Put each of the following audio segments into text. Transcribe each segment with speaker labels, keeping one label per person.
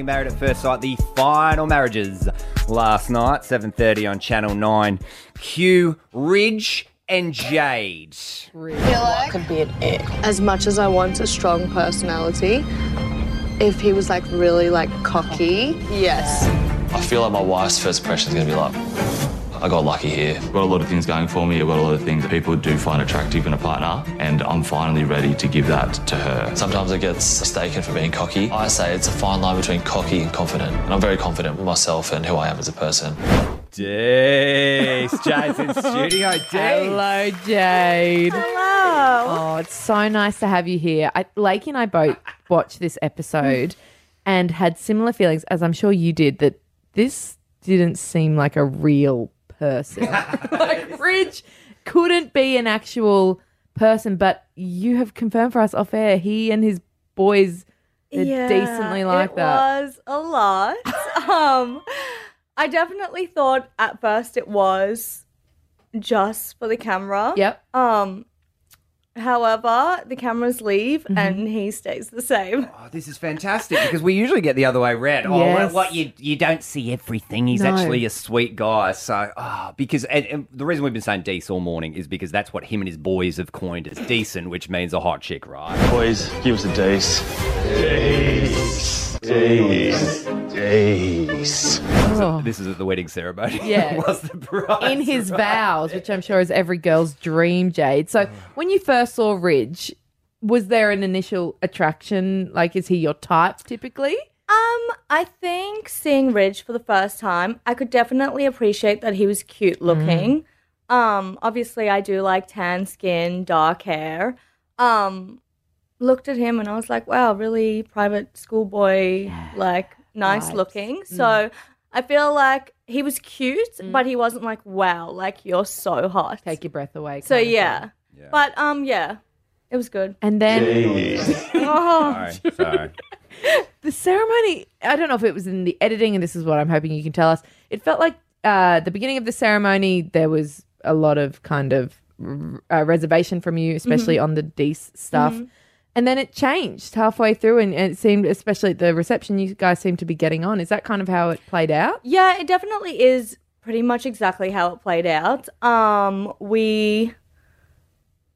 Speaker 1: Married at First Sight, the final marriages last night, 7.30 on Channel 9. Q, Ridge and Jade.
Speaker 2: could be an ick. As much as I want a strong personality, if he was like really like cocky, yes.
Speaker 3: I feel like my wife's first impression is going to be like, I got lucky here. I've got a lot of things going for me. I've got a lot of things that people do find attractive in a partner, and I'm finally ready to give that to her. Sometimes it gets mistaken for being cocky. I say it's a fine line between cocky and confident, and I'm very confident with myself and who I am as a person.
Speaker 1: Dees. Jade's in studio. Dees.
Speaker 4: Hello, Jade.
Speaker 5: Hello.
Speaker 4: Oh, it's so nice to have you here. I, Lakey and I both watched this episode and had similar feelings, as I'm sure you did, that this didn't seem like a real person. like, Ridge couldn't be an actual person, but you have confirmed for us off air he and his boys are decently like
Speaker 5: it
Speaker 4: that.
Speaker 5: was a lot. um, I definitely thought at first it was just for the camera.
Speaker 4: Yep.
Speaker 5: Um, however, the cameras leave
Speaker 4: Mm-hmm.
Speaker 5: and he stays the same.
Speaker 1: Oh, this is fantastic because we usually get the other way around. Oh, what-
Speaker 4: Yes.
Speaker 1: what you you don't see everything. He's
Speaker 4: No.
Speaker 1: actually a sweet guy. So, ah, because and, and the reason we've been saying Dees all morning is because that's what him and his boys have coined as decent, which means a hot chick, right?
Speaker 6: Boys, give us a days. Days. Days. Days.
Speaker 4: Oh.
Speaker 1: This is at the wedding ceremony.
Speaker 4: Yeah.
Speaker 1: was the prize.
Speaker 4: in his vows, which I'm sure is every girl's dream, Jade. So when you first saw Ridge, was there an initial attraction? Like, is he your type typically?
Speaker 5: Um, I think seeing Ridge for the first time, I could definitely appreciate that he was
Speaker 4: Mm.
Speaker 5: cute looking. Um, obviously I do like tan skin, dark hair. Um, looked at him and I was like, wow, really private schoolboy, like nice
Speaker 4: Vibes.
Speaker 5: looking. So I feel like he was cute, but he wasn't like, wow, like you're so hot.
Speaker 4: Mm. Take your breath away.
Speaker 5: so
Speaker 4: kind of
Speaker 5: yeah.
Speaker 4: thing.
Speaker 5: But um, yeah, it was good.
Speaker 4: And then
Speaker 5: Oh.
Speaker 1: Sorry, sorry.
Speaker 4: the ceremony, I don't know if it was in the editing, and this is what I'm hoping you can tell us. It felt like uh, the beginning of the ceremony, there was a lot of kind of uh, reservation from you, especially on the Dees stuff. And then it changed halfway through, and, and it seemed, especially at the reception, you guys seemed to be getting on. Is that kind of how it played out?
Speaker 5: Yeah, it definitely is pretty much exactly how it played out. Um, we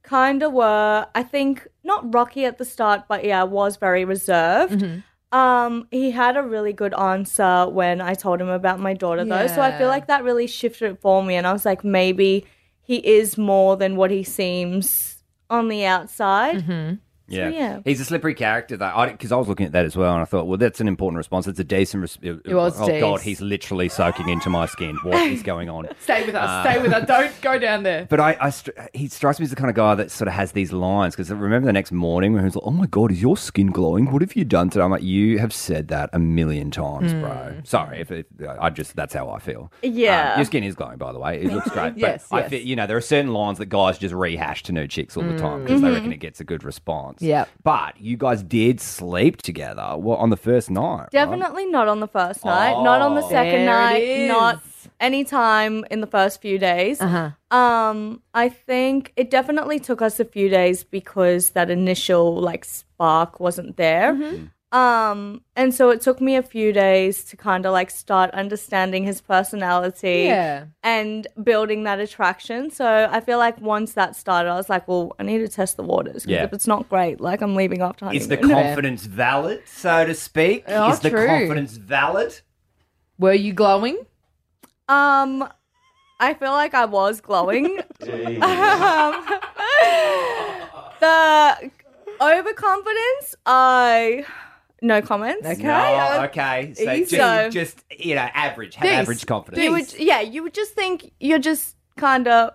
Speaker 5: kind of were, I think, not rocky at the start, but yeah, was very reserved. Um, he had a really good answer when I told him about my daughter, though. So I
Speaker 4: Yeah.
Speaker 5: feel like that really shifted it for me, and I was like, maybe he is more than what he seems on the outside.
Speaker 1: Yeah.
Speaker 5: yeah.
Speaker 1: he's a slippery character though. Because I, was looking at that as well, and I thought, well, that's an important response. It's a decent response. It
Speaker 4: was
Speaker 1: Oh
Speaker 4: Dees.
Speaker 1: God, he's literally soaking into my skin. What is going on?
Speaker 4: Stay with us. stay with us. Don't go down there.
Speaker 1: But I, I str- he strikes me as the kind of guy that sort of has these lines because remember the next morning when he was like, "Oh my god, is your skin glowing? What have you done today?" I'm like, "You have said that a million times, bro.
Speaker 4: Hmm.
Speaker 1: Sorry if, if I just that's how I feel.
Speaker 5: Yeah.
Speaker 1: Um, your skin is glowing, by the way. It looks great.
Speaker 4: Yes,
Speaker 1: but I
Speaker 4: yes. Hmm.
Speaker 1: feel you know there are certain lines that guys just rehash to new chicks all the time because they reckon it gets a good response.
Speaker 4: Mm-hmm. Yep.
Speaker 1: But you guys did sleep together well, on the first night. Right?
Speaker 5: Definitely not on the first night, not on
Speaker 1: Oh.
Speaker 5: the second
Speaker 4: There it
Speaker 5: night,
Speaker 4: is.
Speaker 5: not any time in the first few days.
Speaker 4: Uh-huh.
Speaker 5: Um, I think it definitely took us a few days because that initial like spark wasn't there.
Speaker 4: Mm-hmm.
Speaker 1: Mm.
Speaker 5: Um, and so it took me a few days to kind of like start understanding his personality
Speaker 4: Yeah.
Speaker 5: and building that attraction. So I feel like once that started, I was like, well, I need to test the waters 'cause
Speaker 1: Yeah.
Speaker 5: if it's not great, like I'm leaving after honeymoon.
Speaker 1: Is the confidence valid, so to speak?
Speaker 4: Oh,
Speaker 1: is the
Speaker 4: true.
Speaker 1: confidence valid?
Speaker 4: Were you glowing?
Speaker 5: Um, I feel like I was glowing. um, the overconfidence, I no comments.
Speaker 4: Okay.
Speaker 1: No,
Speaker 5: I-
Speaker 1: okay. So
Speaker 5: Easy.
Speaker 1: just, just you know, average, have
Speaker 4: Decent.
Speaker 1: average confidence.
Speaker 4: Decent.
Speaker 5: You would, yeah, you would just think you're just kind of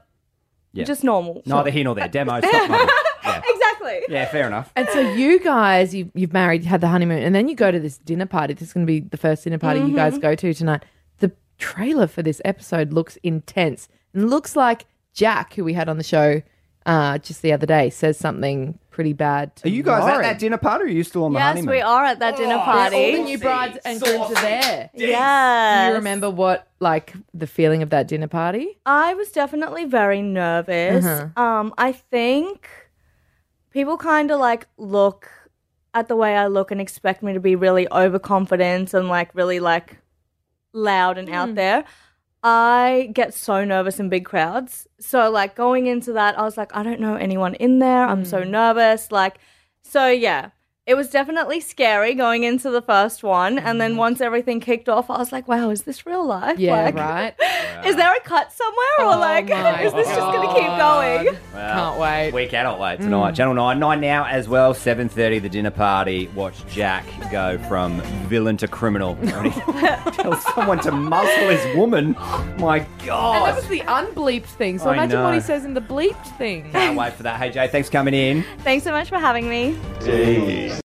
Speaker 1: Yeah.
Speaker 5: just normal.
Speaker 1: Neither here nor there. Demo. Stop. mate. yeah.
Speaker 5: Exactly.
Speaker 1: yeah, fair enough.
Speaker 4: And so you guys, you, you've married, you had the honeymoon, and then you go to this dinner party. This is going to be the first dinner party you guys go to tonight. The trailer for this episode looks intense and looks like Jack, who we had on the show uh, just the other day, says something pretty bad to
Speaker 1: Are you guys at
Speaker 4: Lauren.
Speaker 1: that dinner party? Or are you still on the
Speaker 5: Yes,
Speaker 1: honeymoon?
Speaker 5: we are at that dinner
Speaker 4: All the
Speaker 5: party.
Speaker 4: new brides and grooms are there. Do
Speaker 5: Yeah.
Speaker 4: you remember what, like, the feeling of that dinner party?
Speaker 5: I was definitely very nervous. Um, I think people kind of like look at the way I look and expect me to be really overconfident and like really like loud and out there. I get so nervous in big crowds. So like going into that, I was like, I don't know anyone in there. I'm so nervous. Like, so yeah. It was definitely scary going into the first one. And then once everything kicked off, I was like, wow, is this real life?
Speaker 4: Yeah,
Speaker 5: like,
Speaker 4: right.
Speaker 5: Is there a cut somewhere? Or
Speaker 4: Oh
Speaker 5: like,
Speaker 4: my
Speaker 5: is this just going to keep going?
Speaker 4: Can't wait.
Speaker 1: We cannot
Speaker 5: Mm.
Speaker 1: wait tonight. Channel 9, 9 now as well. 7.30, the dinner party. Watch Jack go from villain to criminal. When he tells someone to muzzle his woman. My
Speaker 4: And that
Speaker 1: God.
Speaker 4: was the unbleeped thing. So
Speaker 1: I
Speaker 4: imagine what
Speaker 1: know.
Speaker 4: he says in the bleeped thing.
Speaker 1: Can't wait for that. Hey, Jay, thanks for coming in.
Speaker 5: Thanks so much for having me.